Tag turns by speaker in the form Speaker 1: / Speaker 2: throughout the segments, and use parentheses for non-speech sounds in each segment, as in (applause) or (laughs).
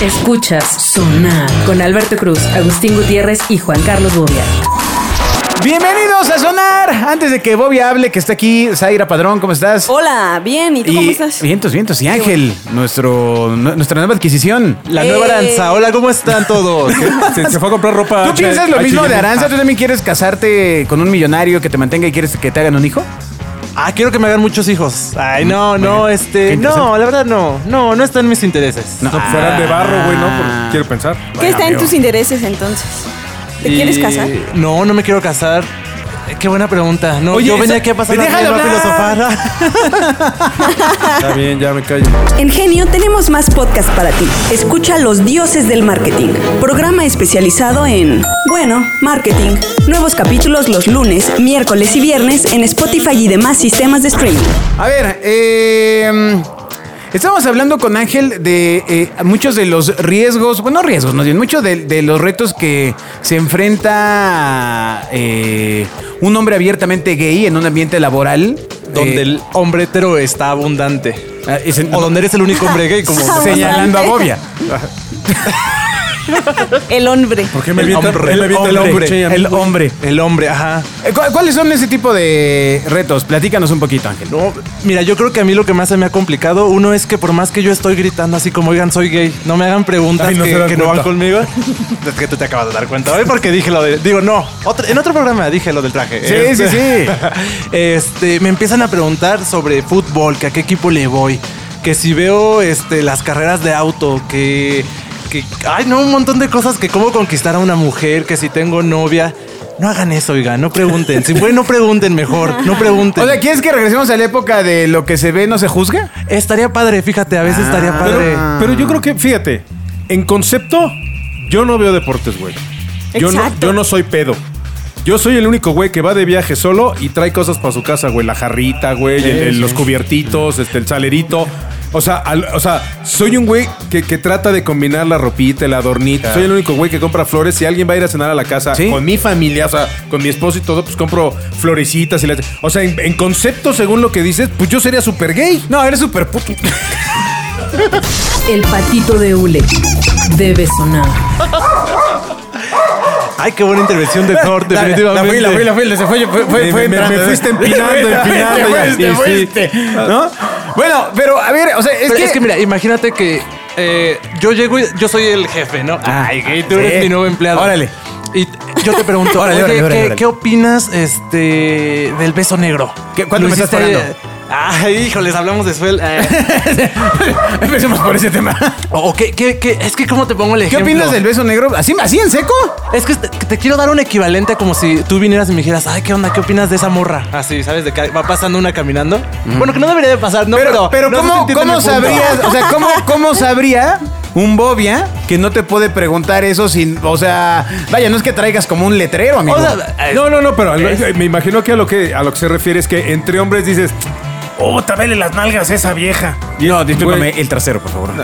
Speaker 1: Escuchas Sonar con Alberto Cruz, Agustín Gutiérrez y Juan Carlos Bobia.
Speaker 2: Bienvenidos a Sonar. Antes de que Bobby hable, que está aquí, Zaira Padrón, ¿cómo estás?
Speaker 3: Hola, bien, ¿y tú cómo estás?
Speaker 2: Vientos, vientos. Y Ángel, nuestro, nu- nuestra nueva adquisición.
Speaker 4: La
Speaker 3: Eh.
Speaker 4: nueva danza. Hola, ¿cómo están
Speaker 2: (laughs)
Speaker 4: todos? Se, se fue a comprar ropa.
Speaker 2: ¿Tú
Speaker 4: H-
Speaker 2: piensas lo mismo de
Speaker 4: H&M.
Speaker 2: Aranza? ¿Tú también quieres casarte con un millonario que te mantenga y quieres que te hagan un hijo?
Speaker 4: Ah, quiero que me hagan muchos hijos. Ay, no,
Speaker 2: bien.
Speaker 4: no,
Speaker 2: Qué
Speaker 4: este.
Speaker 2: interesante.
Speaker 4: No, la verdad no. No, no están mis intereses.
Speaker 2: No. Ah.
Speaker 5: No, pues eran de barro, güey, ¿no?
Speaker 4: Ah.
Speaker 5: Por- quiero pensar.
Speaker 3: ¿Qué está en
Speaker 2: amigo.
Speaker 3: tus intereses entonces? ¿Te
Speaker 4: Y-
Speaker 3: quieres casar?
Speaker 4: No, no me quiero casar. Eh, Qué buena pregunta. No,
Speaker 2: Oye,
Speaker 4: yo venía
Speaker 2: esa-
Speaker 4: aquí a pasar
Speaker 2: déjalo
Speaker 4: a
Speaker 2: hablar.
Speaker 4: filosofar.
Speaker 5: Está bien, ya me callo.
Speaker 6: En Genio tenemos más podcast para ti. Escucha Los Dioses del Marketing, programa especializado en, bueno, marketing. Nuevos capítulos los lunes, miércoles y viernes en Spotify y demás sistemas de streaming.
Speaker 2: A ver, eh, estábamos hablando con Ángel de eh, muchos de los riesgos, bueno, no riesgos, no bien, muchos de, de los retos que se enfrenta eh, un hombre abiertamente gay en un ambiente laboral.
Speaker 4: (laughs) Donde
Speaker 2: eh,
Speaker 4: el hombre hetero está abundante.
Speaker 2: ah, es en-
Speaker 4: O donde eres el único hombre gay, como.
Speaker 2: (laughs) señalando a Bobia.
Speaker 3: El hombre.
Speaker 5: ¿Por qué me
Speaker 4: El
Speaker 5: avienta
Speaker 4: hombre,
Speaker 5: él me avienta el
Speaker 4: hombre,
Speaker 5: hombre?
Speaker 4: Sí,
Speaker 2: El hombre.
Speaker 4: El hombre, ajá.
Speaker 2: Eh, ¿cu- ¿Cuáles son ese tipo de retos? Platícanos un poquito, Ángel.
Speaker 4: No, mira, yo creo que a mí lo que más se me ha complicado, uno es que por más que yo estoy gritando así como, oigan, soy gay, no me hagan preguntas
Speaker 5: Ay, no
Speaker 4: que,
Speaker 5: se dan
Speaker 4: que no van
Speaker 5: cuenta. (laughs)
Speaker 4: conmigo. es que tú te acabas de dar cuenta hoy porque dije lo de... Digo, no, otro- en otro programa dije lo del traje.
Speaker 2: Sí,
Speaker 4: Este-
Speaker 2: sí, sí.
Speaker 4: (laughs) Este, me empiezan a preguntar sobre fútbol, que a qué equipo le voy, que si veo este, las carreras de auto, que, que... Ay, no, un montón de cosas, que cómo conquistar a una mujer, que si tengo novia... No hagan eso, oigan, no pregunten. Si pueden, no pregunten mejor. No pregunten.
Speaker 2: O sea, ¿quieres que regresemos a la época de lo que se ve no se juzga?
Speaker 4: Estaría padre, fíjate, a veces estaría
Speaker 5: Pero,
Speaker 4: padre.
Speaker 5: pero yo creo que, fíjate, en concepto, yo no veo deportes, güey. Yo no,
Speaker 3: Exacto.
Speaker 5: yo no soy pedo. Yo soy el único güey que va de viaje solo y trae cosas para su casa, güey. La jarrita, güey, el- el- los cubiertitos, este, el salerito. O sea, al- o sea, soy un güey que, que trata de combinar la ropita, el adornito. Soy el único güey que compra flores. Si alguien va a ir a cenar a la casa
Speaker 2: Sí.
Speaker 5: con mi familia, o sea, con mi esposo y todo, pues compro florecitas. Y las- o sea, en, en concepto, según lo que dices, pues yo sería súper gay.
Speaker 2: No, eres súper puto.
Speaker 1: El patito de hule debe sonar.
Speaker 4: ah, Ay, qué buena
Speaker 2: (laughs)
Speaker 4: intervención de Thor, definitivamente.
Speaker 2: fui, se fue, fue,
Speaker 5: Eh, Me- me- me
Speaker 2: (laughs)
Speaker 5: fuiste (laughs) empinando, empinando, ya.
Speaker 2: Te
Speaker 5: Sí,
Speaker 2: fuiste, te fuiste, ¿no? Bueno, pero a ver, o sea, es
Speaker 4: Pero
Speaker 2: que...
Speaker 4: es que mira, imagínate que eh, yo llego y yo soy el jefe, ¿no?
Speaker 2: Ah,
Speaker 4: Ay, gay, tú
Speaker 2: sí.
Speaker 4: eres mi nuevo empleado.
Speaker 2: Órale.
Speaker 4: Y t- yo te
Speaker 2: (laughs)
Speaker 4: pregunto,
Speaker 2: Órale,
Speaker 4: oye,
Speaker 2: órale,
Speaker 4: ¿qué,
Speaker 2: órale, órale.
Speaker 4: qué opinas este, del beso negro?
Speaker 2: ¿Qué- cuánto
Speaker 4: ¿Lo
Speaker 2: me estás
Speaker 4: hiciste- Ay, (laughs) híjoles, hablamos de suel. eh.
Speaker 2: (laughs) Empecemos por ese
Speaker 4: (laughs)
Speaker 2: tema.
Speaker 4: o qué, qué- qué- es que cómo te pongo el
Speaker 2: ¿Qué
Speaker 4: ejemplo.
Speaker 2: opinas del beso negro? ¿Así, así en seco?
Speaker 4: Es que te, te quiero dar un equivalente a como si tú vinieras y me dijeras, ay, ¿qué onda? ¿Qué opinas de esa morra? Así, ¿sabes? De que va pasando una caminando. Bueno, que no debería de pasar, ¿no? Pero,
Speaker 2: Pero, pero
Speaker 4: no sé si
Speaker 2: ¿cómo,
Speaker 4: entienden
Speaker 2: ¿cómo
Speaker 4: mi punto.
Speaker 2: sabrías? O sea,
Speaker 4: (laughs)
Speaker 2: ¿cómo, ¿cómo sabría un bobia que no te puede preguntar eso sin... O sea, vaya, no es que traigas como un letrero, amigo.
Speaker 4: O sea, eh,
Speaker 5: No, no, no, pero al- me imagino que a lo que a lo que se refiere es que entre hombres dices, oh, tabele las nalgas a esa vieja.
Speaker 2: no, discúlpame,
Speaker 5: Güey.
Speaker 2: el trasero, por favor.
Speaker 5: (laughs)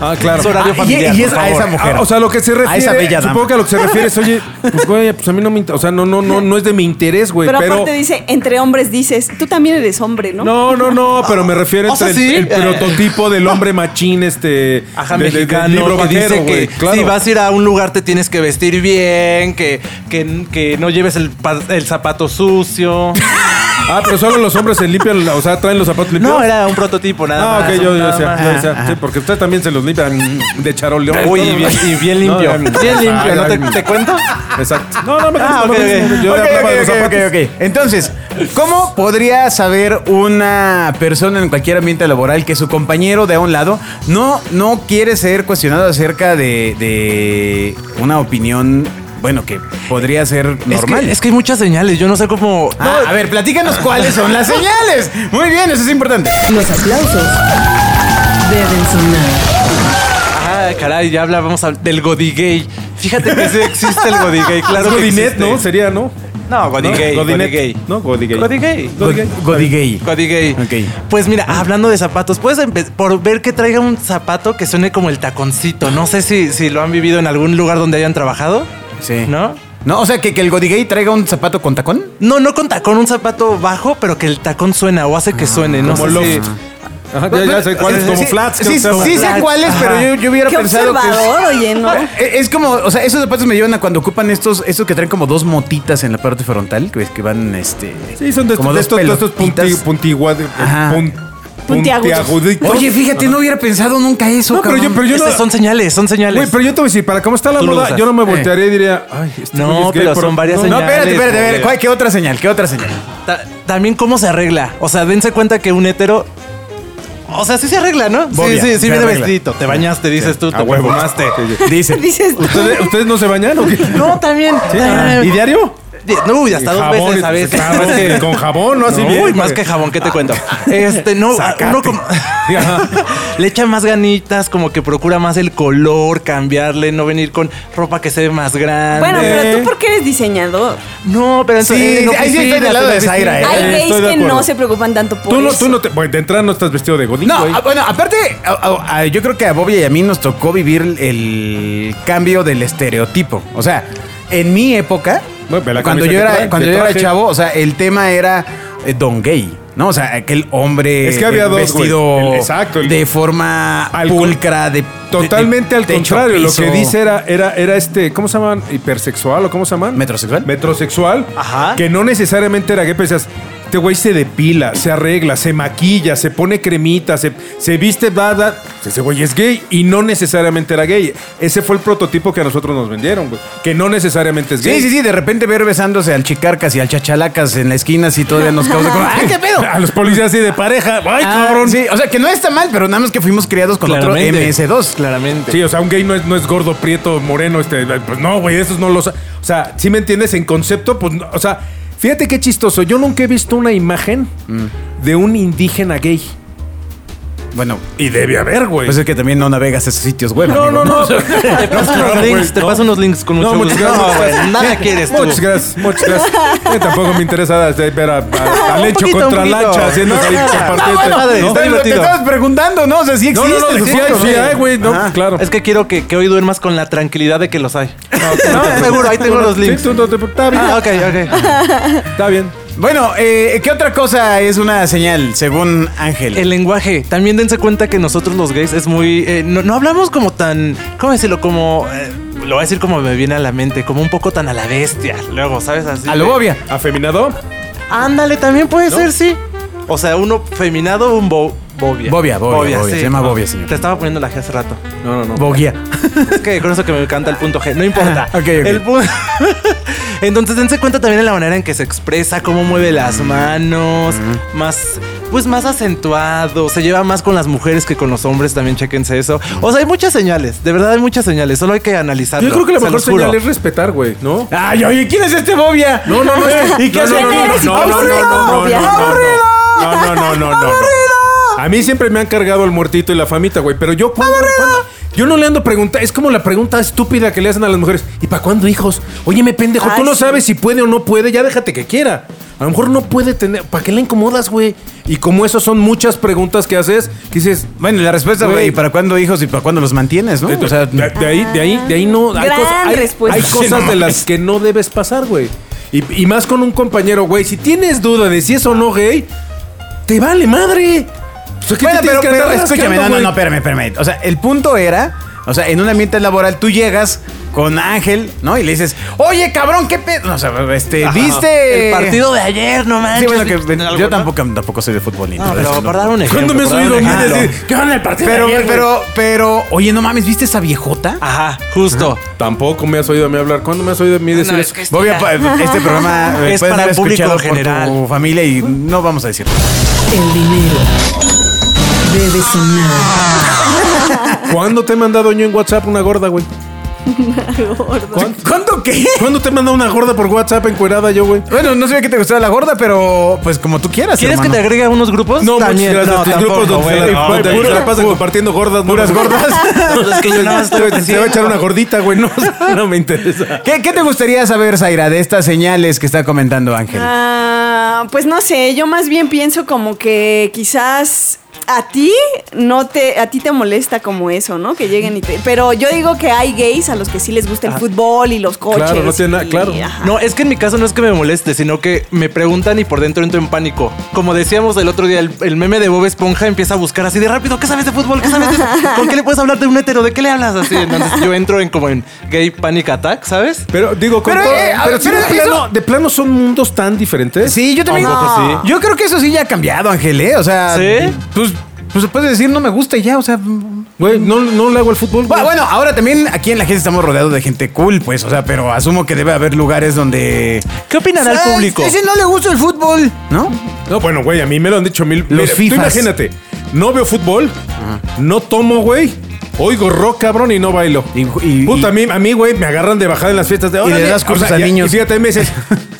Speaker 5: Ah, claro.
Speaker 4: Es horario
Speaker 2: Ah, y-
Speaker 4: familiar,
Speaker 2: y es
Speaker 4: por
Speaker 2: a
Speaker 4: favor.
Speaker 2: esa mujer.
Speaker 5: Ah, o sea, lo que se refiere,
Speaker 2: A esa bella dama.
Speaker 5: supongo que a lo que se refiere es, oye, pues güey, pues a mí no me, inter- o sea, no no no no es de mi interés, güey,
Speaker 3: Pero,
Speaker 5: pero,
Speaker 3: aparte dice, entre hombres dices, tú también eres hombre, ¿no?
Speaker 5: No, no, no, pero me refiero
Speaker 4: O sea,
Speaker 5: entre el-
Speaker 4: sí.
Speaker 5: el, prototipo del hombre machín este
Speaker 4: Ajá,
Speaker 5: de- de- de
Speaker 4: mexicano,
Speaker 5: libro
Speaker 4: que
Speaker 5: vaquero,
Speaker 4: dice que
Speaker 5: güey, claro.
Speaker 4: si vas a ir a un lugar te tienes que vestir bien, que, que, que no lleves el, pa- el zapato sucio.
Speaker 5: Ah, pero solo los hombres se limpian, la- o sea, traen los zapatos limpiados.
Speaker 4: no, era un prototipo nada
Speaker 5: Ah,
Speaker 4: más.
Speaker 5: ok, yo, yo
Speaker 4: nada
Speaker 5: decía,
Speaker 4: más.
Speaker 5: yo decía, sí, porque ustedes también se los limpian de charol de oro.
Speaker 4: Uy, y bien, y (laughs) bien limpio.
Speaker 5: No,
Speaker 4: bien limpio,
Speaker 5: ay,
Speaker 4: ¿no te,
Speaker 5: ay,
Speaker 4: te cuento?
Speaker 5: Exacto. No, no, me
Speaker 4: Ah,
Speaker 5: no,
Speaker 4: ok,
Speaker 5: me-
Speaker 2: (laughs)
Speaker 4: ok.
Speaker 5: Yo
Speaker 2: Ok,
Speaker 5: hablaba
Speaker 2: ok,
Speaker 5: de los
Speaker 2: ok,
Speaker 5: zapatos.
Speaker 2: ok, ok. Entonces, ¿cómo podría saber una persona en cualquier ambiente laboral que su compañero de a un lado no, no quiere ser cuestionado acerca de, de una opinión, bueno, que podría ser
Speaker 4: Es
Speaker 2: normal?
Speaker 4: que, es que hay muchas señales, yo no sé cómo...
Speaker 2: Ah, a ver,
Speaker 4: (laughs)
Speaker 2: platícanos cuáles son las señales. Muy bien, eso es importante.
Speaker 1: Los aplausos deben sonar.
Speaker 4: Ah, caray, ya hablábamos al- del Godigay. Fíjate que sí existe el Godigay, claro que
Speaker 5: Godinet,
Speaker 4: existe.
Speaker 5: ¿no? Sería, ¿no?
Speaker 4: No, Godigay.
Speaker 5: ¿No? Godinet.
Speaker 4: Godigay.
Speaker 5: No, Godigay.
Speaker 4: Godigay.
Speaker 5: Godigay.
Speaker 2: Godigay.
Speaker 4: Godigay.
Speaker 2: Ok.
Speaker 4: Pues mira, hablando de zapatos, puedes empe- por ver que traiga un zapato que suene como el taconcito. No sé si, si lo han vivido en algún lugar donde hayan trabajado.
Speaker 2: Sí.
Speaker 4: ¿No?
Speaker 2: No, o sea, que, que el Godigay traiga un zapato con tacón.
Speaker 4: No, no con tacón, un zapato bajo, pero que el tacón suena o hace que suene. No
Speaker 5: Ah, Como
Speaker 4: sé si-
Speaker 5: loft. Ajá, ya, ya sé cuáles, como
Speaker 2: Sí,
Speaker 5: flats. creo
Speaker 2: Sí,
Speaker 5: que se llaman.
Speaker 2: sí sé cuáles, pero yo, yo hubiera
Speaker 3: Qué
Speaker 2: pensado que...
Speaker 3: observador, oye, ¿no?
Speaker 2: Eh, Es como, o sea, esos zapatos me llevan a cuando ocupan estos, estos que traen como dos motitas en la parte frontal, que, es que van, este...
Speaker 5: Sí, son de,
Speaker 2: como
Speaker 5: estos- de estos, de estos
Speaker 2: pelotitas.
Speaker 5: punti, puntigua- eh,
Speaker 2: Ajá.
Speaker 5: pun-
Speaker 3: Puntiagudos.
Speaker 5: puntiaguditos.
Speaker 2: Oye, fíjate, no hubiera pensado nunca eso,
Speaker 5: No, pero yo,
Speaker 2: cabrón.
Speaker 5: pero yo
Speaker 4: Esas
Speaker 5: no-
Speaker 4: son señales, son señales.
Speaker 5: Güey, pero yo te voy a decir, para cómo está la
Speaker 4: Tú lo
Speaker 5: moda,
Speaker 4: usas.
Speaker 5: yo no me
Speaker 2: Eh.
Speaker 5: voltearía y diría, ay, este
Speaker 4: No,
Speaker 5: güey es gay,
Speaker 4: pero son varias
Speaker 2: No,
Speaker 4: señales.
Speaker 2: espérate, espérate, espérate.
Speaker 4: Joder.
Speaker 2: ¿Cuál- ¿Qué otra señal? ¿Qué otra señal?
Speaker 4: Ta- también cómo se arregla. O sea, dense cuenta que un hétero. O sea, sí se arregla, ¿no?
Speaker 2: Bobia,
Speaker 4: sí, sí, sí,
Speaker 2: se
Speaker 4: viene
Speaker 2: arregla.
Speaker 4: vestidito. Te bañaste, dices tú,
Speaker 5: A
Speaker 4: te
Speaker 5: huevo.
Speaker 4: perfumaste.
Speaker 5: Sí, (laughs)
Speaker 2: Dice.
Speaker 3: (laughs) Dices,
Speaker 5: ¿Ustedes, ustedes (laughs) no se bañan o qué?
Speaker 4: No, también.
Speaker 5: Ah, ¿Y diario?
Speaker 4: No, y hasta
Speaker 5: Y
Speaker 4: dos
Speaker 5: jabón,
Speaker 4: veces a
Speaker 5: y-
Speaker 4: veces.
Speaker 5: Ah,
Speaker 4: (laughs)
Speaker 5: es que Con jabón, ¿no? Ah. Así
Speaker 4: No,
Speaker 5: bien.
Speaker 4: uy,
Speaker 5: porque-
Speaker 4: más que jabón, ¿qué te cuento? Este, no,
Speaker 5: Sácate.
Speaker 4: uno
Speaker 5: (laughs)
Speaker 4: como-
Speaker 5: Ajá.
Speaker 4: le echa más ganitas, como que procura más el color, cambiarle, no venir con ropa que se ve más grande.
Speaker 3: bueno, pero tú porque eres diseñador.
Speaker 4: no, pero entonces.
Speaker 2: Sí,
Speaker 4: en
Speaker 2: ahí sí estoy del
Speaker 4: oficinas,
Speaker 2: lado de
Speaker 4: en oficinas.
Speaker 2: Zaira, eh.
Speaker 3: Hay
Speaker 5: estoy
Speaker 3: gays
Speaker 5: de
Speaker 3: que
Speaker 5: acuerdo.
Speaker 3: no se preocupan tanto por
Speaker 5: Tú no,
Speaker 3: eso.
Speaker 5: tú no te. Bueno, de entrada no estás vestido de godín,
Speaker 2: No,
Speaker 5: güey.
Speaker 2: ah, bueno, aparte, a, a- a- yo creo que a Bobby y a mí nos tocó vivir el cambio del estereotipo. O sea, en mi época,
Speaker 5: Bueno, ve la
Speaker 2: cuando
Speaker 5: camisa
Speaker 2: yo
Speaker 5: que
Speaker 2: era,
Speaker 5: trae,
Speaker 2: cuando
Speaker 5: que
Speaker 2: yo era
Speaker 5: traje.
Speaker 2: chavo, o sea, el tema era eh, don gay. ¿No? O sea, aquel hombre
Speaker 5: Es que había dos,
Speaker 2: vestido
Speaker 5: güey. El- exacto, el-
Speaker 2: de forma
Speaker 5: Al con-
Speaker 2: pulcra, de
Speaker 5: Totalmente
Speaker 2: de-
Speaker 5: al
Speaker 2: de techo,
Speaker 5: contrario, lo
Speaker 2: piso.
Speaker 5: que dice era, era, era este, ¿cómo se llaman? ¿Hipersexual o cómo se llaman?
Speaker 2: ¿Metrosexual?
Speaker 5: Metrosexual.
Speaker 4: Ajá.
Speaker 5: Que no necesariamente era gay, pero decías, este güey se depila, se arregla, se maquilla, se pone cremita, se, se viste, bla, bla. Ese güey es gay y no necesariamente era gay. Ese fue el prototipo que a nosotros nos vendieron, güey. Que no necesariamente es gay.
Speaker 2: Sí,
Speaker 5: (laughs)
Speaker 2: sí, sí, de repente ver besándose al chicarcas y al chachalacas en la esquina, así todavía
Speaker 5: (laughs)
Speaker 2: nos causa como, ¡ay, Ah, qué (laughs) pedo!
Speaker 5: A los policías así de pareja. ¡Ay,
Speaker 2: Ah,
Speaker 5: cabrón!
Speaker 2: Sí, o sea, que no está mal, pero nada más que fuimos criados con
Speaker 4: Claramente.
Speaker 2: otro MS2.
Speaker 4: Claramente.
Speaker 5: Sí, o sea, un gay no es, no es gordo, prieto, moreno, este, pues no, güey, esos no los... O sea, si me entiendes, en concepto, pues, no, o sea, fíjate qué chistoso, yo nunca he visto una imagen de un indígena gay.
Speaker 2: Bueno,
Speaker 5: Y debe haber, güey.
Speaker 2: pues es que también no navegas esos sitios web.
Speaker 5: no,
Speaker 2: amigo,
Speaker 4: (laughs)
Speaker 5: no, no,
Speaker 4: Te paso
Speaker 5: Claro,
Speaker 4: unos links,
Speaker 5: güey,
Speaker 4: te
Speaker 5: no.
Speaker 4: paso unos links con mucho
Speaker 5: No, muchas
Speaker 4: gusto. No,
Speaker 5: gracias. muchas gracias.
Speaker 4: güey,
Speaker 5: (laughs)
Speaker 4: nada quieres tú.
Speaker 5: Muchas gracias, muchas gracias. Eh, tampoco me interesa este, ver a, a-
Speaker 4: (laughs)
Speaker 5: a
Speaker 4: Un
Speaker 5: Lecho
Speaker 4: poquito,
Speaker 5: contra
Speaker 4: un poquito.
Speaker 5: Lancha haciendo ahí
Speaker 4: No,
Speaker 5: compartiendo.
Speaker 4: bueno,
Speaker 5: este.
Speaker 4: padre, está
Speaker 5: ¿no? No,
Speaker 2: Te- Te
Speaker 4: divertido.
Speaker 2: estabas preguntando, ¿no? O sea, si
Speaker 5: no,
Speaker 2: existe.
Speaker 5: no, no, sí, hay, sí, hay, güey, no,
Speaker 2: Ajá.
Speaker 5: claro.
Speaker 4: Es que quiero que, que hoy duermas con la tranquilidad de que los hay.
Speaker 5: No,
Speaker 4: No, seguro, ahí tengo los links.
Speaker 5: Sí, tú no te- está bien,
Speaker 4: (laughs) Ah, ok, ok.
Speaker 5: está bien.
Speaker 2: Bueno, eh, ¿qué otra cosa es una señal, según Ángel?
Speaker 4: (laughs) El lenguaje. También dense cuenta que nosotros los gays es muy. eh, no, no hablamos como tan. ¿Cómo decirlo? Como. eh, lo voy a decir como me viene a la mente. Como un poco tan a la bestia. Luego, ¿sabes? Así.
Speaker 2: A
Speaker 4: de-
Speaker 2: lo obvia.
Speaker 5: ¿Afeminado?
Speaker 4: Ándale, también puede ser, sí. O sea, uno feminado, un bo- bobia.
Speaker 2: Bobia, bobia, bobia. Se llama bobia, señor.
Speaker 4: Te estaba poniendo la G hace rato.
Speaker 5: No, no, no.
Speaker 2: Boguía.
Speaker 4: Es que con eso que me encanta el punto G. No
Speaker 5: (laughs)
Speaker 4: importa.
Speaker 2: Ah, ok, ok.
Speaker 4: El pu- (laughs) Entonces dense cuenta también de la manera en que se expresa, cómo mueve
Speaker 5: Mm.
Speaker 4: las manos, más, pues más acentuado, se lleva más con las mujeres que con los hombres, también chequense eso. O sea, hay muchas señales, de verdad hay muchas señales, solo hay que analizarlo.
Speaker 5: Yo creo que la
Speaker 4: se
Speaker 5: mejor
Speaker 4: los juro.
Speaker 5: señal es respetar, güey, ¿no?
Speaker 2: Ay, oye, Ah, ¿quién es este Bobia?
Speaker 5: No, no, no.
Speaker 2: (laughs) ¿Y qué
Speaker 5: no,
Speaker 2: hace?
Speaker 5: no, no, no, no, no, no, no, no, no, no, no, no, no, no, no, no. A mí siempre me han cargado el muertito y la famita, güey. Pero yo ¿cuándo- cuándo- Yo no le ando preguntando. Es como la pregunta estúpida que le hacen a las mujeres. ¿Y para cuándo, hijos? Oye, me pendejo,
Speaker 2: Ah,
Speaker 5: tú
Speaker 3: Ay,
Speaker 5: no
Speaker 3: sí.
Speaker 5: sabes si puede o no puede. Ya déjate que quiera. A lo mejor no puede tener. ¿Para qué la incomodas, güey? Y como eso son muchas preguntas que haces, que dices.
Speaker 2: Bueno, y la respuesta,
Speaker 5: Güey.
Speaker 2: güey, ¿para cuándo hijos y para cuándo los mantienes, no? O sea,
Speaker 5: de, de ahí, de ahí, de ahí no. Hay
Speaker 3: Gran
Speaker 5: cosas, hay-
Speaker 3: respuesta.
Speaker 5: hay cosas de las que no debes pasar, güey. Y, y más con un compañero, güey. Si tienes duda de si es o no gay, te vale madre. O sea, ¿qué
Speaker 2: Bueno,
Speaker 5: te
Speaker 2: pero,
Speaker 5: tienes que
Speaker 2: pero
Speaker 5: andar
Speaker 2: escúchame,
Speaker 5: rascando,
Speaker 2: no, no,
Speaker 5: güey?
Speaker 2: no, espérame, espérame. O sea, el punto era, o sea, en un ambiente laboral tú llegas con Ángel, ¿no? Y le dices, oye, cabrón, qué pedo. O sea, este, ¿viste?
Speaker 4: El partido de ayer, no manches.
Speaker 2: Sí, bueno, que
Speaker 4: ¿viste algo,
Speaker 2: yo
Speaker 4: no?
Speaker 2: tampoco, tampoco soy de fútbol ni
Speaker 4: No,
Speaker 2: nada de
Speaker 4: pero
Speaker 2: eso,
Speaker 4: para dar un ejemplo.
Speaker 5: ¿Cuándo me he
Speaker 4: para dar
Speaker 5: subido
Speaker 4: un
Speaker 5: a mí
Speaker 4: ejemplo.
Speaker 5: decir, ¿qué onda el partido?
Speaker 2: Ah, Pero,
Speaker 5: de ayer, güey?
Speaker 2: pero, pero, oye, no mames, ¿viste esa viejota?
Speaker 4: Ajá, justo.
Speaker 5: Tampoco me has oído a mí hablar. ¿Cuándo me has oído a mí decir
Speaker 4: es
Speaker 5: eso?
Speaker 4: que es-
Speaker 2: Bobby, pa- este
Speaker 4: (laughs)
Speaker 2: programa eh,
Speaker 4: Es
Speaker 2: puede
Speaker 4: para
Speaker 2: ser
Speaker 4: el público
Speaker 2: escuchado por
Speaker 4: en general.
Speaker 2: tu familia y no vamos a decir.
Speaker 1: El dinero debe sonar.
Speaker 5: ¿Cuándo te he mandado yo en WhatsApp una gorda, güey?
Speaker 3: Gordo.
Speaker 2: ¿Cuándo qué?
Speaker 5: ¿Cuándo te he mandado una gorda por WhatsApp encuerada yo, güey?
Speaker 2: Bueno, no sabía que te gustaba la gorda, pero pues como tú quieras.
Speaker 4: ¿Quieres que te
Speaker 2: hermano.
Speaker 4: agregue a unos grupos?
Speaker 5: No,
Speaker 4: También,
Speaker 5: muchas gracias.
Speaker 4: no,
Speaker 5: Tus grupos
Speaker 4: tampoco,
Speaker 5: donde se
Speaker 4: güey,
Speaker 5: la-
Speaker 4: no,
Speaker 5: donde
Speaker 4: güey.
Speaker 5: se la pasan compartiendo gordas,
Speaker 2: puras
Speaker 5: gordas.
Speaker 2: gordas?
Speaker 5: (laughs)
Speaker 4: Es que yo nada más estoy
Speaker 5: Se va a echar
Speaker 4: diciendo.
Speaker 5: una gordita, (laughs) güey. No, no me interesa.
Speaker 2: ¿Qué, qué te gustaría saber, Zaira, de estas señales que está comentando Ángel?
Speaker 3: Ah, Ah, pues no sé, yo más bien pienso como que quizás a ti no te a ti te molesta como eso, ¿no? Que lleguen y te pero yo digo que hay gays a los que sí les gusta el fútbol y los coches.
Speaker 5: Claro, no tiene nada-
Speaker 3: y-
Speaker 5: claro.
Speaker 3: ajá.
Speaker 4: No, es que en mi caso no es que me moleste, sino que me preguntan y por dentro entro en pánico. Como decíamos el otro día, el, el meme de Bob Esponja empieza a buscar así de rápido, ¿qué sabes de fútbol? ¿Qué sabes de
Speaker 2: (laughs)
Speaker 4: ¿Con qué le puedes hablar de un hétero? ¿De qué le hablas? Así, entonces yo entro en como en gay panic attack, ¿sabes?
Speaker 5: Pero digo, con
Speaker 2: Pero,
Speaker 5: todo-
Speaker 2: eh, a
Speaker 5: pero
Speaker 2: ver,
Speaker 5: sí,
Speaker 2: pero
Speaker 5: de,
Speaker 2: eso-
Speaker 5: plano, de plano son mundos tan diferentes.
Speaker 2: Sí, yo también.
Speaker 5: ¿A poco
Speaker 2: No.
Speaker 5: sí?
Speaker 2: Yo creo que eso sí ya ha cambiado, Ángel, ¿eh? O sea,
Speaker 4: ¿Sí?
Speaker 2: pues, pues puedes decir no me gusta y ya, o sea.
Speaker 5: Güey, no, no le hago al fútbol. güey.
Speaker 4: Pues-
Speaker 2: Bueno, bueno, ahora también aquí en la agencia estamos rodeados de gente cool, pues, o sea, pero asumo que debe haber lugares donde.
Speaker 4: ¿Qué opinará el
Speaker 2: Ah,
Speaker 4: público?
Speaker 2: Ese no le gusta el fútbol, ¿no?
Speaker 5: No, bueno, güey, a mí me lo han dicho mil. Mira, Tú
Speaker 2: fifas.
Speaker 5: imagínate, no veo fútbol, no tomo, güey. Oigo rock, cabrón, y no bailo.
Speaker 2: Y- y-
Speaker 5: Puta,
Speaker 2: y-
Speaker 5: a mí, a mí, güey, me agarran de bajada en las fiestas de
Speaker 2: le
Speaker 5: "Órale".
Speaker 2: das cursos a
Speaker 5: y-
Speaker 2: niños.
Speaker 5: Y fíjate,
Speaker 2: (laughs)
Speaker 5: me dices,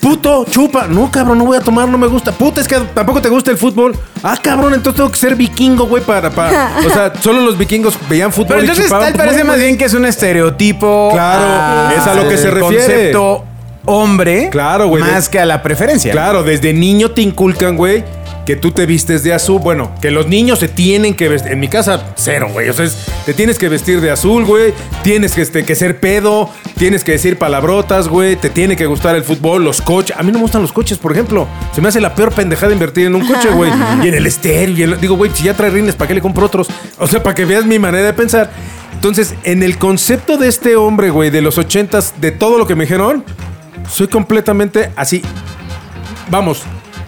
Speaker 5: puto, chupa. No, cabrón, no voy a tomar, no me gusta. Puta, es que tampoco te gusta el fútbol. Ah, cabrón, entonces tengo que ser vikingo, güey, para, para. O sea, solo los vikingos veían fútbol.
Speaker 2: Pero
Speaker 5: y
Speaker 2: entonces
Speaker 5: chupaban.
Speaker 2: tal parece
Speaker 5: No,
Speaker 2: más
Speaker 5: güey.
Speaker 2: bien que es un estereotipo.
Speaker 5: Claro, es a lo que se
Speaker 2: al
Speaker 5: refiere.
Speaker 2: Concepto hombre.
Speaker 5: Claro, güey,
Speaker 2: Más
Speaker 5: de-
Speaker 2: que a la preferencia.
Speaker 5: Claro, desde niño te inculcan, güey, que tú te vistes de azul. Bueno, que los niños se tienen que vestir. En mi casa, cero, güey. O sea, es- te tienes que vestir de azul, güey. Tienes que, este, que ser pedo. Tienes que decir palabrotas, güey. Te tiene que gustar el fútbol, los coches. A mí no me gustan los coches, por ejemplo. Se me hace la peor pendejada invertir en un coche, güey. y en el estéreo. y en lo- Digo, güey, si ya trae rines, ¿para qué le compro otros? O sea, para que veas mi manera de pensar. Entonces, en el concepto de este hombre, güey, de los ochentas, de todo lo que me dijeron, soy completamente así Vamos,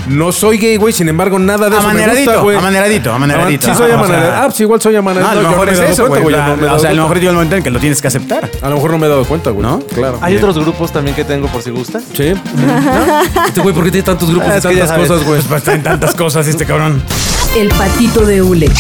Speaker 5: no soy gay, güey, sin embargo, nada de eso me
Speaker 2: Amaneradito,
Speaker 5: gusta, güey. Ah,
Speaker 2: amaneradito, amaneradito.
Speaker 5: Sí, soy
Speaker 2: Ajá, o
Speaker 5: amaneradito.
Speaker 2: sea-
Speaker 5: ah, pues igual soy
Speaker 2: No,
Speaker 5: amaneradito.
Speaker 2: a lo
Speaker 5: Yo
Speaker 2: mejor
Speaker 5: no me
Speaker 2: es
Speaker 5: he dado
Speaker 2: eso,
Speaker 5: cuenta,
Speaker 2: güey.
Speaker 5: yo
Speaker 2: La-
Speaker 5: no me he
Speaker 2: O
Speaker 5: dado
Speaker 2: sea, a lo
Speaker 5: cuenta.
Speaker 2: mejor llega el momento en que lo tienes que aceptar.
Speaker 5: A lo mejor no me he dado cuenta, güey.
Speaker 2: ¿No?
Speaker 5: Claro.
Speaker 4: Hay otros grupos también que tengo por si gusta.
Speaker 2: (laughs)
Speaker 5: Sí. Este güey, ¿por qué tiene tantos grupos
Speaker 4: Ah,
Speaker 5: y
Speaker 4: es que ya sabes.
Speaker 5: tantas cosas, güey?
Speaker 2: Pues en tantas cosas este cabrón.
Speaker 1: El patito de hule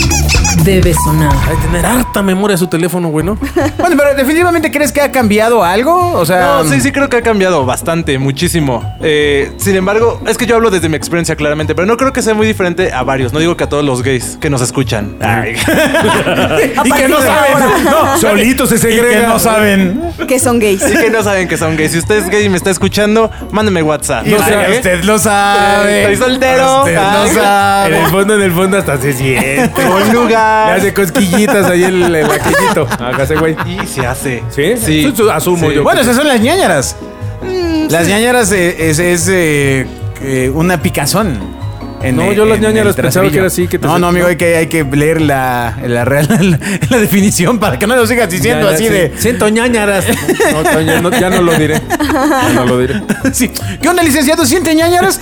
Speaker 1: debe sonar.
Speaker 5: Hay que tener harta memoria su teléfono, güey, ¿no?
Speaker 2: (laughs) Bueno, pero definitivamente crees que ha cambiado algo, o sea. mm,
Speaker 4: No, sí, sí creo que ha cambiado bastante, muchísimo. Eh, sin embargo, es que yo hablo desde mi experiencia claramente, pero no creo que sea muy diferente a varios. No digo que a todos los gays que nos escuchan.
Speaker 2: Ah. (laughs) Y que no saben. No,
Speaker 5: Solitos se
Speaker 2: y que
Speaker 5: segregan.
Speaker 2: no saben.
Speaker 3: Que son gays.
Speaker 4: Y que no saben que son gays. Si usted es gay y me está escuchando, mándeme WhatsApp.
Speaker 2: Y ¿eh? este
Speaker 4: No
Speaker 2: usted-
Speaker 4: sé qué.
Speaker 2: usted lo sabe.
Speaker 4: Estoy soltero.
Speaker 2: Usted
Speaker 4: Ah.
Speaker 2: lo
Speaker 5: En
Speaker 2: sabe.
Speaker 5: el fondo, en el fondo hasta se siente.
Speaker 2: (laughs)
Speaker 4: Buen lugar.
Speaker 5: Le hace cosquillitas ahí en el, el aquellito. Hágase, güey.
Speaker 4: Y se hace.
Speaker 5: ¿Sí?
Speaker 4: Sí.
Speaker 5: Eso Asumo
Speaker 4: Sí.
Speaker 5: yo.
Speaker 2: Bueno, esas son las ñañaras.
Speaker 5: Mm,
Speaker 2: Las ñañaras eh, es, es, eh, eh, una picazón. en-
Speaker 5: No, yo las
Speaker 2: en
Speaker 5: ñañaras
Speaker 2: el
Speaker 5: pensaba
Speaker 2: traserillo.
Speaker 5: que era así, que te-
Speaker 2: no, no, amigo, hay que, hay que leer la, la real (laughs) la, definición para que no lo sigas diciendo
Speaker 5: Ñaña,
Speaker 2: así
Speaker 5: sí.
Speaker 2: de.
Speaker 5: Siento ñañaras. No, no, ya, no, ya no lo diré. Ya no lo diré.
Speaker 2: (laughs) Sí. ¿Qué onda, licenciado? ¿Siente
Speaker 5: (laughs)
Speaker 2: ñañaras?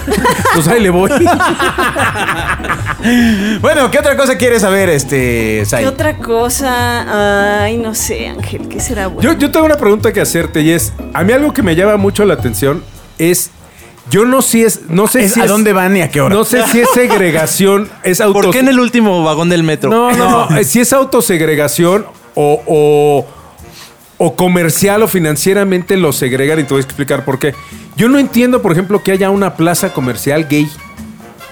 Speaker 5: Pues ahí le voy.
Speaker 2: bueno, ¿qué otra cosa quieres saber, este, Sai?
Speaker 3: ¿Qué otra cosa? Ay, no sé, Ángel, ¿qué será bueno?
Speaker 5: Yo, yo tengo una pregunta que hacerte y es, a mí algo que me llama mucho la atención es, yo no si es, no sé
Speaker 2: Es
Speaker 5: si
Speaker 2: a
Speaker 5: es-
Speaker 2: dónde van y a qué hora.
Speaker 5: no sé si es segregación, es auto.
Speaker 4: ¿Por qué en el último vagón del metro?
Speaker 5: No, no, no. eh, Si es autosegregación o, o, o comercial o financieramente lo segregan y te voy a explicar por qué. Yo no entiendo, por ejemplo, que haya una plaza comercial gay.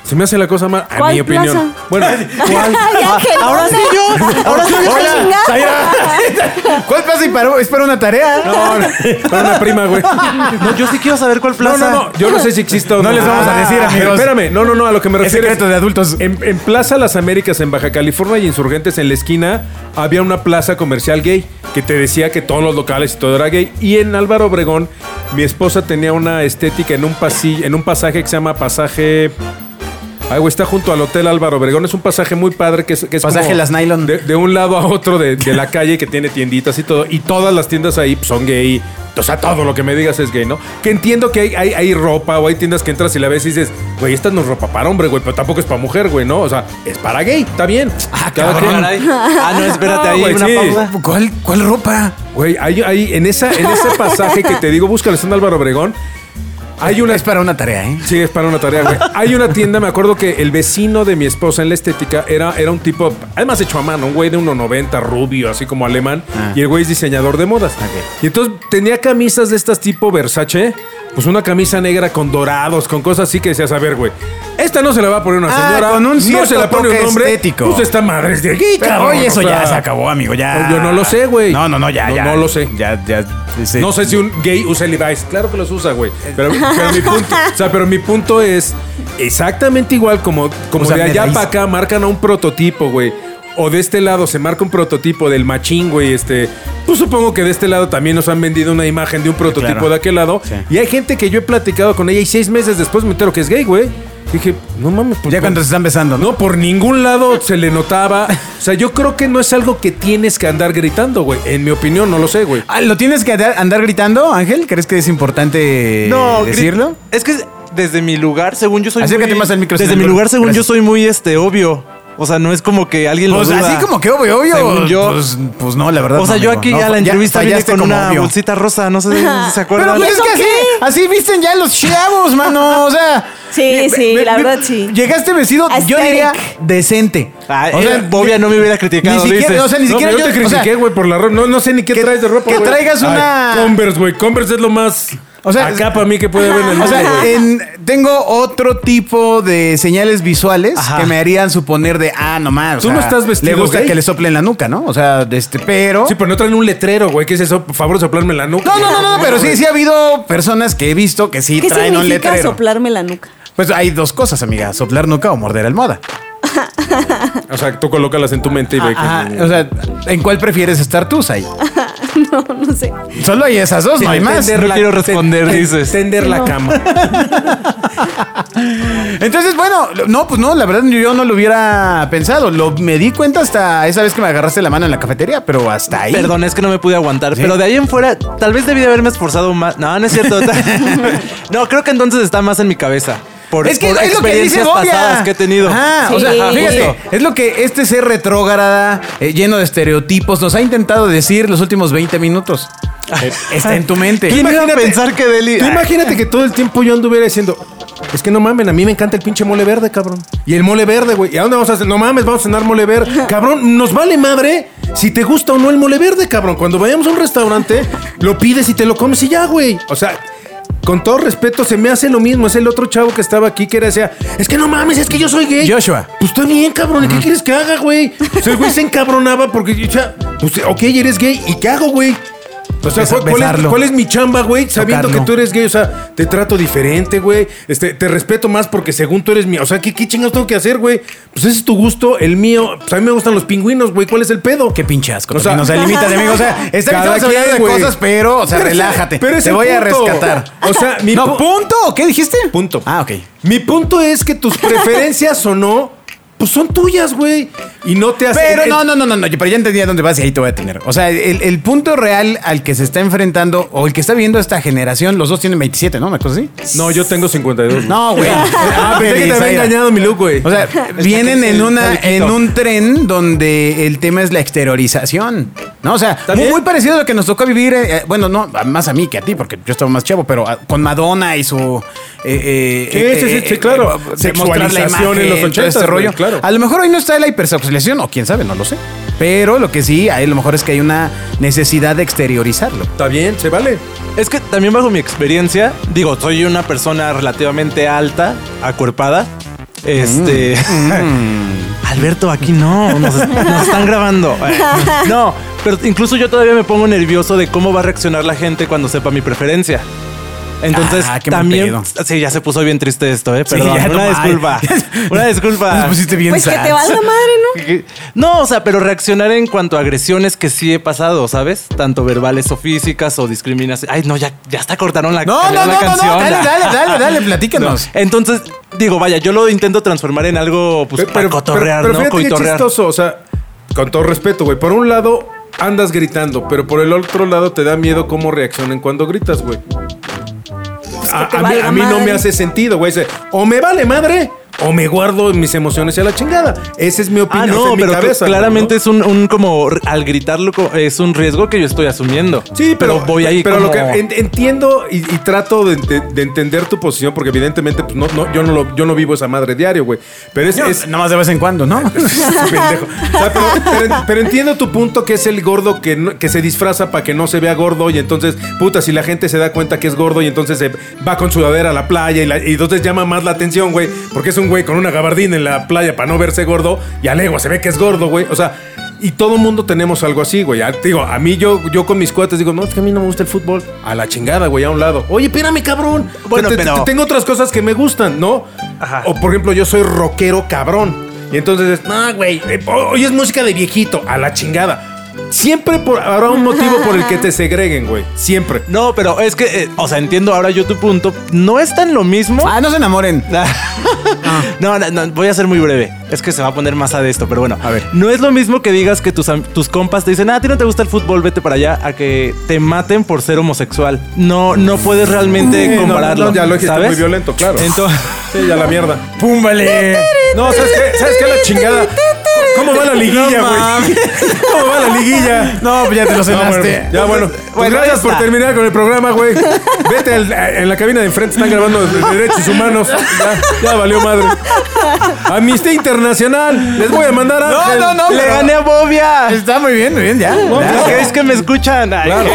Speaker 5: Se me hace la cosa más, a
Speaker 3: ¿Cuál
Speaker 5: mi opinión.
Speaker 3: plaza? (laughs)
Speaker 5: Bueno, ¿cuál?
Speaker 3: Ay, Ángel,
Speaker 4: Ahora sí yo. Ahora sí yo.
Speaker 2: Hola, Zaira. (laughs) ¿Cuál pasa y paró? Es para una tarea.
Speaker 5: No, no, para una prima, güey.
Speaker 4: No, yo sí quiero saber cuál
Speaker 5: No,
Speaker 4: plaza.
Speaker 5: no, no. Yo no sé si existe o
Speaker 2: No les vamos a decir,
Speaker 5: Ah,
Speaker 2: amigos.
Speaker 5: Espérame, no, no, no. A lo que Eh, me
Speaker 2: Es
Speaker 5: refiero.
Speaker 2: secreto de adultos.
Speaker 5: En, en Plaza Las Américas, en Baja California y Insurgentes, en la esquina, había una plaza comercial gay que te decía que todos los locales y todo era gay. Y en Álvaro Obregón, mi esposa tenía una estética en un, pasillo, en un pasaje que se llama Pasaje. Ay, güey, está junto al Hotel Álvaro Obregón. Es un pasaje muy padre que es, que es
Speaker 2: Pasaje
Speaker 5: como
Speaker 2: Las Nylon.
Speaker 5: De, de un lado a otro de, de la calle que tiene tienditas y todo. Y todas las tiendas ahí pues, son gay. O sea, todo lo que me digas es gay, ¿no? Que entiendo que hay, hay, hay ropa o hay tiendas que entras y la ves y dices, güey, esta no es ropa para hombre, güey, pero tampoco es para mujer, güey, ¿no? O sea, es para gay, está bien. Ah,
Speaker 4: Ah, caray. Ah, no,
Speaker 2: (laughs)
Speaker 4: espérate,
Speaker 5: No,
Speaker 4: ahí
Speaker 5: güey,
Speaker 4: una
Speaker 5: sí.
Speaker 4: pausa.
Speaker 2: ¿Cuál, ¿Cuál ropa?
Speaker 5: Güey, hay, hay- en, esa, en ese pasaje que te digo, búscalo, está en Álvaro Obregón. Hay una,
Speaker 2: Es para una tarea, ¿eh?
Speaker 5: Sí, es para una
Speaker 2: (laughs)
Speaker 5: tarea, güey. Hay una tienda, me acuerdo que el vecino de mi esposa en la estética era, era un tipo, además hecho a mano, un güey de 1,90, rubio, así como alemán.
Speaker 2: Ah.
Speaker 5: Y el güey es diseñador de modas. Y entonces tenía camisas de estas tipo Versace, pues una camisa negra con dorados, con cosas así que decías, a ver, güey, esta no se la va a poner una
Speaker 2: Ah,
Speaker 5: señora,
Speaker 2: con un
Speaker 5: no se
Speaker 2: cierto
Speaker 5: la pone un
Speaker 2: toque
Speaker 5: hombre,
Speaker 2: estético.
Speaker 5: pues esta madre es de aquí,
Speaker 2: Pero
Speaker 5: cabrón,
Speaker 2: oye, eso
Speaker 5: o sea,
Speaker 2: ya se acabó, amigo, ya.
Speaker 5: Yo no lo sé, güey.
Speaker 2: pues, No, no, no, ya,
Speaker 5: No,
Speaker 2: ya.
Speaker 5: no lo sé.
Speaker 2: Ya, ya. ese-
Speaker 5: No sé si un gay usa Levi's. Claro que los usa, güey. Pero, pero mi punto, o sea, pero mi punto es exactamente igual como, como
Speaker 2: Usan
Speaker 5: de allá
Speaker 2: Levi's.
Speaker 5: para acá marcan a un prototipo, güey. O de este lado se marca un prototipo del machín, güey. Este, pues supongo que de este lado también nos han vendido una imagen de un prototipo
Speaker 2: Claro.
Speaker 5: de aquel lado.
Speaker 2: Sí.
Speaker 5: Y hay gente que yo he platicado con ella y seis meses después me entero que es gay, güey. Dije, no mames. pues,
Speaker 2: Ya cuando se están besando, ¿no?
Speaker 5: no, por ningún lado se le notaba. O sea, yo creo que no es algo que tienes que andar gritando, güey. En mi opinión, no lo sé, güey.
Speaker 2: Ah, ¿Lo tienes que andar andar gritando, Ángel? ¿Crees que es importante
Speaker 4: No,
Speaker 2: Eh, decirlo?
Speaker 4: gri- Es que desde mi lugar, según yo soy
Speaker 2: Acércate
Speaker 4: muy-
Speaker 2: más al micro,
Speaker 4: Desde
Speaker 2: señor.
Speaker 4: mi lugar, según
Speaker 2: Gracias.
Speaker 4: yo soy muy este obvio. O sea, no es como que alguien lo
Speaker 2: Pues
Speaker 4: duda.
Speaker 2: así como que obvio, obvio.
Speaker 4: Según yo.
Speaker 2: Pues, pues no, la verdad.
Speaker 4: o sea,
Speaker 2: no,
Speaker 4: yo
Speaker 2: amigo,
Speaker 4: aquí
Speaker 2: no,
Speaker 4: a la
Speaker 2: ya
Speaker 4: entrevista vine
Speaker 2: fallaste
Speaker 4: con
Speaker 2: como
Speaker 4: una
Speaker 2: obvio.
Speaker 4: bolsita rosa, no sé si
Speaker 2: (laughs)
Speaker 4: se
Speaker 2: Pero
Speaker 4: acuerdan.
Speaker 2: pues es
Speaker 3: ¿Eso
Speaker 2: que así,
Speaker 3: qué?
Speaker 2: así visten ya los chavos, mano. O sea.
Speaker 3: Sí, sí, la verdad, sí.
Speaker 2: Llegaste vestido, yo
Speaker 3: Aesthetic.
Speaker 2: diría, decente.
Speaker 4: Ah,
Speaker 2: O sea,
Speaker 4: eh, Bobia no me hubiera criticado,
Speaker 2: Ni siquiera,
Speaker 4: dices.
Speaker 2: o sea, ni
Speaker 5: No,
Speaker 2: siquiera
Speaker 5: pero yo, te
Speaker 2: o sea,
Speaker 5: critiqué, güey, por la ropa. No, no sé ni qué
Speaker 2: que-
Speaker 5: traes de ropa,
Speaker 2: que
Speaker 5: güey.
Speaker 2: traigas una-
Speaker 5: Converse, güey. Converse es lo más...
Speaker 2: O sea,
Speaker 5: acá para mí que
Speaker 2: (laughs)
Speaker 5: puede haber en el
Speaker 2: O
Speaker 5: mundo,
Speaker 2: sea,
Speaker 5: güey.
Speaker 2: en- tengo otro tipo de señales visuales
Speaker 4: Ajá.
Speaker 2: que me harían suponer de, ah, no más. o
Speaker 5: Tú no
Speaker 2: sea,
Speaker 5: estás vestido
Speaker 2: Le gusta
Speaker 5: gay.
Speaker 2: que le soplen la nuca, ¿no? O sea, de este, pero.
Speaker 5: Sí, pero no traen un letrero, güey. ¿Qué es eso? Por favor, soplarme la nuca.
Speaker 2: no, no, no, no, no, pero sí, sí ha habido personas que he visto que sí
Speaker 3: ¿Qué
Speaker 2: traen un
Speaker 3: significa
Speaker 2: letrero.
Speaker 3: soplarme la nuca? (laughs)
Speaker 2: Pues hay dos cosas, amiga: soplar nuca o morder almohada.
Speaker 5: O sea, tú colócalas en tu mente y ve
Speaker 2: Ah, Ajá,
Speaker 5: que...
Speaker 2: o sea, ¿en cuál prefieres estar tú, Sai?
Speaker 3: No, no sé.
Speaker 2: Solo hay esas (laughs) dos, no hay más.
Speaker 4: entender. No quiero responder, dices.
Speaker 5: Tender la cama.
Speaker 2: Entonces, bueno, no, pues no, la verdad yo no lo hubiera pensado. Lo, me di cuenta hasta esa vez que me agarraste la mano en la cafetería, pero hasta ahí.
Speaker 4: Perdón, es que no me pude aguantar. Pero de ahí en fuera, tal vez debí de haberme esforzado más. No, no
Speaker 2: (laughs)
Speaker 4: es cierto. (laughs) no, creo que entonces está más en mi cabeza. Por,
Speaker 2: es que
Speaker 4: por
Speaker 2: es lo que dice
Speaker 4: experiencias
Speaker 2: Bobia.
Speaker 4: pasadas que he tenido.
Speaker 2: Ajá, o
Speaker 3: Sí.
Speaker 2: sea, fíjate,
Speaker 4: Justo.
Speaker 2: es lo que este ser retrógrada, eh, lleno de estereotipos, nos ha intentado decir los últimos 20 minutos. Está en tu mente.
Speaker 4: ¿Quién iba a pensar que Deli...
Speaker 5: Tú
Speaker 2: Ah.
Speaker 5: imagínate que todo el tiempo yo anduviera diciendo... Es que no mamen, a mí me encanta el pinche mole verde, cabrón. Y el mole verde, güey. ¿Y a dónde vamos a hacer? No mames, vamos a cenar mole (laughs) verde. Cabrón, nos vale madre si te gusta o no el mole verde, cabrón. Cuando vayamos a un restaurante, lo pides y te lo comes y ya, güey. O sea, con todo respeto, se me hace lo mismo. Es el otro chavo que estaba aquí que era, decía, es que no mames, es que yo soy gay.
Speaker 2: Joshua.
Speaker 5: Pues está bien, cabrón. ¿y ¿Qué quieres que haga, güey? O sea, el güey se encabronaba porque, o sea, pues, ok, eres gay. ¿Y qué hago, güey? O sea,
Speaker 2: Besa-
Speaker 5: ¿cuál- cuál es-
Speaker 2: besarlo.
Speaker 5: ¿cuál es mi chamba, güey? Sabiendo que
Speaker 2: Tocarlo.
Speaker 5: tú eres gay, o sea, te trato diferente, güey. Este, te respeto más porque según tú eres mío. O sea, ¿qué, qué chingados tengo que hacer, güey? Pues ese es tu gusto, el mío. Pues a mí me gustan los pingüinos, güey. ¿Cuál es el pedo?
Speaker 2: Qué pinche asco.
Speaker 5: O sea,
Speaker 2: nos limitas, amigo. O (laughs) sea, está bien,
Speaker 5: cada
Speaker 2: estamos hablando
Speaker 5: quien,
Speaker 2: de
Speaker 5: güey.
Speaker 2: cosas, pero, o sea,
Speaker 5: Pero es-
Speaker 2: relájate.
Speaker 5: pero es
Speaker 2: Te
Speaker 5: el
Speaker 2: voy a
Speaker 5: punto.
Speaker 2: rescatar.
Speaker 5: O sea, mi
Speaker 2: no,
Speaker 5: pu-
Speaker 2: punto. ¿Qué dijiste?
Speaker 5: Punto.
Speaker 2: Ah, ok.
Speaker 5: Mi punto es que tus preferencias o no, pues son tuyas, güey. Y no te hacen.
Speaker 2: Pero no, no, no, no, no, pero ya entendí a dónde vas y ahí te voy a tener. O sea, el, el punto real al que se está enfrentando o el que está viendo esta generación, los dos tienen 27, ¿no? ¿Una cosa así?
Speaker 5: No, yo tengo 52.
Speaker 2: No, güey.
Speaker 5: (laughs) Ah, pensé que te había
Speaker 2: Isaira.
Speaker 5: engañado mi look, güey.
Speaker 2: O sea, vienen en una en
Speaker 5: un
Speaker 2: un tren donde el tema es la exteriorización, ¿no? O sea, muy,
Speaker 5: bien?
Speaker 2: muy parecido a lo que nos tocó vivir, eh, eh, bueno, no, a- más a mí que a ti, porque yo estaba más chavo, pero ah, con Madonna y su... eh, eh,
Speaker 5: Sí,
Speaker 2: eh,
Speaker 5: sí, sí,
Speaker 2: eh,
Speaker 5: sí, claro.
Speaker 2: eh, demostrar la
Speaker 5: Sexualización en los
Speaker 2: imagen, todo
Speaker 5: 80s,
Speaker 2: este rollo.
Speaker 5: güey, claro.
Speaker 2: A lo mejor hoy no está la hipersexualización, o quién sabe, no lo sé. Pero lo que sí, ahí a lo mejor es que hay una necesidad de exteriorizarlo.
Speaker 5: Está bien, se vale.
Speaker 4: Es que también bajo mi experiencia, digo, soy una persona relativamente alta, acuerpada. Este.
Speaker 2: Mm.
Speaker 4: (laughs) Alberto, aquí no, nos, nos están
Speaker 2: (laughs)
Speaker 4: grabando. Eh, No, pero incluso yo todavía me pongo nervioso de cómo va a reaccionar la gente cuando sepa mi preferencia. Entonces,
Speaker 2: Ah, qué mal
Speaker 4: también.
Speaker 2: pedo.
Speaker 4: Sí, ya se puso bien triste esto, ¿eh?
Speaker 2: Sí,
Speaker 4: Perdón,
Speaker 2: ya, no
Speaker 4: una
Speaker 2: mames.
Speaker 4: disculpa. Una
Speaker 2: (laughs)
Speaker 4: disculpa.
Speaker 2: Nos pusiste bien
Speaker 3: Pues que
Speaker 2: sad.
Speaker 3: te valga madre, ¿no?
Speaker 4: No, o sea, pero reaccionar en cuanto a agresiones que sí he pasado, ¿sabes? Tanto verbales o físicas o discriminación. Ay, no, ya, ya hasta cortaron la,
Speaker 2: No, Oh, no,
Speaker 4: la
Speaker 2: no, no,
Speaker 4: canción.
Speaker 2: no, dale, dale, dale, dale, (laughs) platícanos.
Speaker 4: Entonces, digo, vaya, yo lo intento transformar en algo, pues, para cotorrear,
Speaker 5: pero
Speaker 4: ¿no?
Speaker 5: fíjate qué
Speaker 4: Coitorrear.
Speaker 5: chistoso, o sea, con todo respeto, güey. Por un lado andas gritando, pero por el otro lado te da miedo cómo reaccionan cuando gritas, güey. A,
Speaker 3: que
Speaker 5: a
Speaker 3: te
Speaker 5: mí,
Speaker 3: valga
Speaker 5: a mí no
Speaker 3: madre.
Speaker 5: me hace sentido, güey. Dice, O me vale madre. o me guardo mis emociones a la chingada. Esa es mi opinión.
Speaker 4: Ah,
Speaker 5: está
Speaker 4: no,
Speaker 5: en mi
Speaker 4: pero
Speaker 5: cabeza,
Speaker 4: claramente
Speaker 5: ¿no?
Speaker 4: es un, un como r- al gritarlo co- es un riesgo que yo estoy asumiendo.
Speaker 5: Sí, pero,
Speaker 4: voy ahí
Speaker 5: Pero lo
Speaker 4: como-
Speaker 5: que en- entiendo y, y trato de, de- de entender tu posición, porque evidentemente pues, no, no, yo, no lo- yo no vivo esa madre diario, güey. Pero es, es-
Speaker 2: Nada más de vez en cuando, (laughs) ¿no?
Speaker 4: (laughs)
Speaker 5: Este Pendejo. O sea, pero, pero- pero entiendo tu punto que es el gordo que, no- que se disfraza para que no se vea gordo y entonces, puta, si la gente se da cuenta que es gordo y entonces se va con sudadera a la playa y, la- y entonces llama más la atención, güey, porque es un güey con una gabardina en la playa para no verse gordo y a legua se ve que es gordo, güey. O sea, y todo mundo tenemos algo así, güey. Ah, Digo, a mí yo, yo con mis cuates digo, no, es que a mí no me gusta el fútbol. A la chingada, güey, a un lado. Oye, espérame, cabrón.
Speaker 4: Bueno,
Speaker 5: Te- te-
Speaker 4: pero-
Speaker 5: te- tengo otras cosas que me gustan, ¿no?
Speaker 4: Ajá.
Speaker 5: O por ejemplo, yo soy rockero cabrón. Y entonces, es, no, güey, eh, hoy es música de viejito, a la chingada. Siempre por- habrá un motivo por el que te segreguen, güey. Siempre.
Speaker 4: No, pero es que, eh, o sea, entiendo ahora yo tu punto. No es tan lo mismo.
Speaker 2: Ah, no se enamoren.
Speaker 4: (laughs) No, no, no, voy a ser muy breve. Es que se va a poner más a de esto, pero bueno.
Speaker 5: A ver.
Speaker 4: No es lo mismo que digas que tus, am- tus compas te dicen, ah, a ti no te gusta el fútbol, vete para allá, a que te maten por ser homosexual. No, no puedes realmente
Speaker 5: Sí, no,
Speaker 4: compararlo.
Speaker 5: no, no, ya lo dijiste
Speaker 4: ¿sabes?
Speaker 5: muy violento, claro. (laughs)
Speaker 4: Entonces,
Speaker 5: Sí, ya la mierda.
Speaker 4: (laughs)
Speaker 2: ¡Púmbale!
Speaker 5: No, ¿sabes qué? ¿Sabes qué? La chingada. ¿Cómo va la liguilla,
Speaker 2: No
Speaker 4: (laughs)
Speaker 5: güey?
Speaker 2: mames.
Speaker 5: ¿Cómo va la liguilla?
Speaker 2: No, pues ya te lo
Speaker 5: No,
Speaker 4: Este,
Speaker 5: bueno,
Speaker 2: cenaste.
Speaker 5: ya bueno. Pues
Speaker 4: bueno,
Speaker 5: gracias
Speaker 4: ahí
Speaker 5: por
Speaker 4: está.
Speaker 5: terminar con el programa, güey. Vete al- a- en la cabina de enfrente, están grabando de- de derechos humanos. Ya, ya valió madre. Amnistía Internacional. Les voy a mandar
Speaker 4: ¡No,
Speaker 5: Ángel.
Speaker 4: no, no! ¡Le
Speaker 5: Pero-
Speaker 4: gané a Bobia!
Speaker 2: Está muy bien, muy bien, ya. Ya.
Speaker 4: ¿No crees que me escuchan?
Speaker 2: (laughs)
Speaker 4: Ay,
Speaker 5: Claro.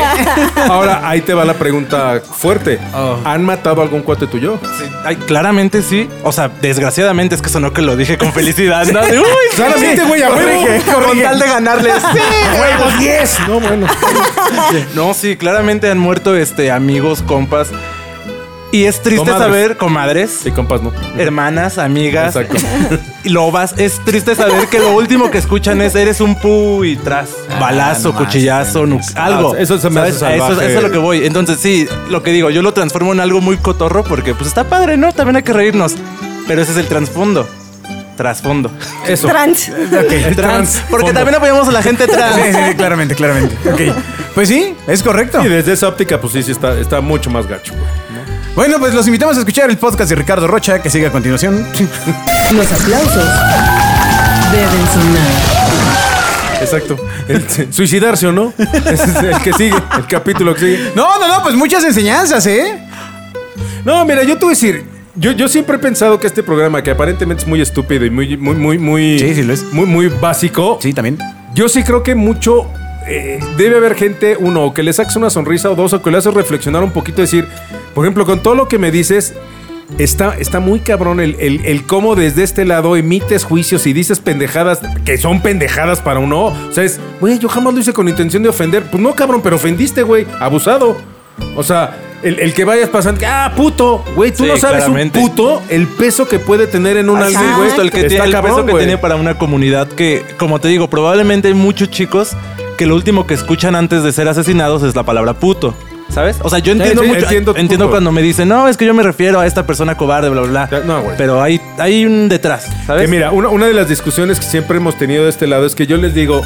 Speaker 5: Ahora, ahí te va la pregunta fuerte.
Speaker 2: Oh.
Speaker 5: ¿Han matado a algún cuate tuyo?
Speaker 4: sí. este, Ay, claramente sí. O sea, desgraciadamente es que sonó que lo dije con felicidad. ¿no? De, ¡Uy!
Speaker 5: Claramente, güey, a huevo.
Speaker 4: Con tal de ganarles.
Speaker 5: ¡Huevos 10!
Speaker 2: (laughs)
Speaker 5: No, bueno.
Speaker 4: No, sí, claramente han muerto este amigos, compas. Y es triste
Speaker 5: Comadres.
Speaker 4: saber, comadres,
Speaker 5: Sí, compas, no.
Speaker 4: hermanas, amigas, (laughs)
Speaker 5: Exacto.
Speaker 4: lobas. Es triste saber que lo último que escuchan es eres un pu y tras. Balazo,
Speaker 2: no más,
Speaker 4: cuchillazo, nu- algo.
Speaker 5: Ah, eso se me hace
Speaker 4: ¿Sabes? A eso,
Speaker 5: salvaje.
Speaker 4: a eso es lo que voy. Entonces, sí, lo que digo, yo lo transformo en algo muy cotorro porque pues está padre, ¿no? También hay que reírnos. Pero ese es el trasfondo. Trasfondo.
Speaker 5: Eso.
Speaker 3: Trans.
Speaker 5: El
Speaker 4: Trans. Porque
Speaker 5: fondo.
Speaker 4: también apoyamos a la gente trans.
Speaker 2: Sí, sí, claramente, claramente. Ok. Pues sí, es correcto.
Speaker 5: Y desde esa óptica, pues sí, sí, está, está mucho más gacho, güey.
Speaker 2: Bueno, pues los invitamos a escuchar el podcast de Ricardo Rocha, que sigue a continuación.
Speaker 1: Los aplausos deben sonar.
Speaker 5: Exacto. El- suicidarse o no. (laughs) Es el que sigue, el capítulo que sigue.
Speaker 2: No, no, no, pues muchas enseñanzas, ¿eh?
Speaker 5: No, mira, yo te voy a decir. Yo, yo siempre he pensado que este programa, que aparentemente es muy estúpido y muy, muy, muy, muy.
Speaker 2: Sí, sí lo es.
Speaker 5: Muy, muy básico.
Speaker 2: Sí, también.
Speaker 5: Yo sí creo que mucho eh, debe haber gente, uno, o que le saques una sonrisa, o dos, o que le haces reflexionar un poquito, decir, por ejemplo, con todo lo que me dices, está, está muy cabrón el, el- el cómo desde este lado emites juicios y dices pendejadas que son pendejadas para uno. O sea, es, güey, yo jamás lo hice con intención de ofender. Pues no, cabrón, pero ofendiste, güey, abusado. O sea, el, el que vayas pasando, ah, puto, güey, tú
Speaker 4: Sí,
Speaker 5: no sabes
Speaker 4: claramente.
Speaker 5: un puto el peso que puede tener en un
Speaker 4: Por
Speaker 5: alguien, güey.
Speaker 4: supuesto, el que
Speaker 5: Está
Speaker 4: tiene el
Speaker 5: cabrón,
Speaker 4: peso que
Speaker 5: güey.
Speaker 4: tiene para una comunidad que, como te digo, probablemente hay muchos chicos que lo último que escuchan antes de ser asesinados es la palabra puto. ¿Sabes? O sea, yo entiendo
Speaker 5: sí,
Speaker 4: mucho-
Speaker 5: entiendo
Speaker 4: Entiendo,
Speaker 5: tu punto.
Speaker 4: cuando me dicen, no, es que yo me refiero a esta persona cobarde, bla, bla,
Speaker 5: Ya,
Speaker 4: bla.
Speaker 5: no, güey.
Speaker 4: Pero hay, hay un detrás, ¿sabes?
Speaker 5: Que mira, una, una de las discusiones que siempre hemos tenido de este lado es que yo les digo.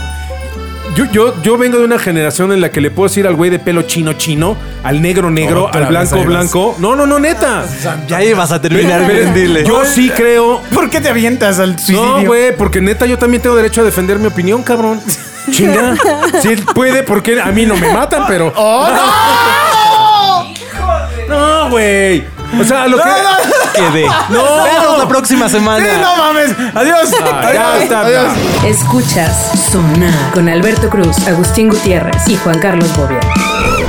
Speaker 5: Yo, yo, yo vengo de una generación en la que le puedo decir al güey de pelo chino chino, al negro negro,
Speaker 2: Otra
Speaker 5: al blanco
Speaker 2: vez ahí vas.
Speaker 5: blanco. No, no, no, neta.
Speaker 4: ya ibas a terminar,
Speaker 5: Pero-
Speaker 4: bien, dile.
Speaker 5: Yo sí creo.
Speaker 2: ¿Por qué te avientas al suicidio?
Speaker 5: No, güey, porque neta yo también tengo derecho a defender mi opinión, cabrón. (laughs) Chinga. Sí, puede porque a mí no me matan, pero. ¡Oh, (laughs) no! güey. O sea, lo que.
Speaker 4: Quedé.
Speaker 5: No.
Speaker 4: Nos vemos la próxima semana.
Speaker 2: Sí, no mames. Adiós.
Speaker 5: Ah, ya
Speaker 2: Adiós.
Speaker 5: está.
Speaker 2: Adiós.
Speaker 1: Escuchas Sonar con Alberto Cruz, Agustín Gutiérrez y Juan Carlos Bobia.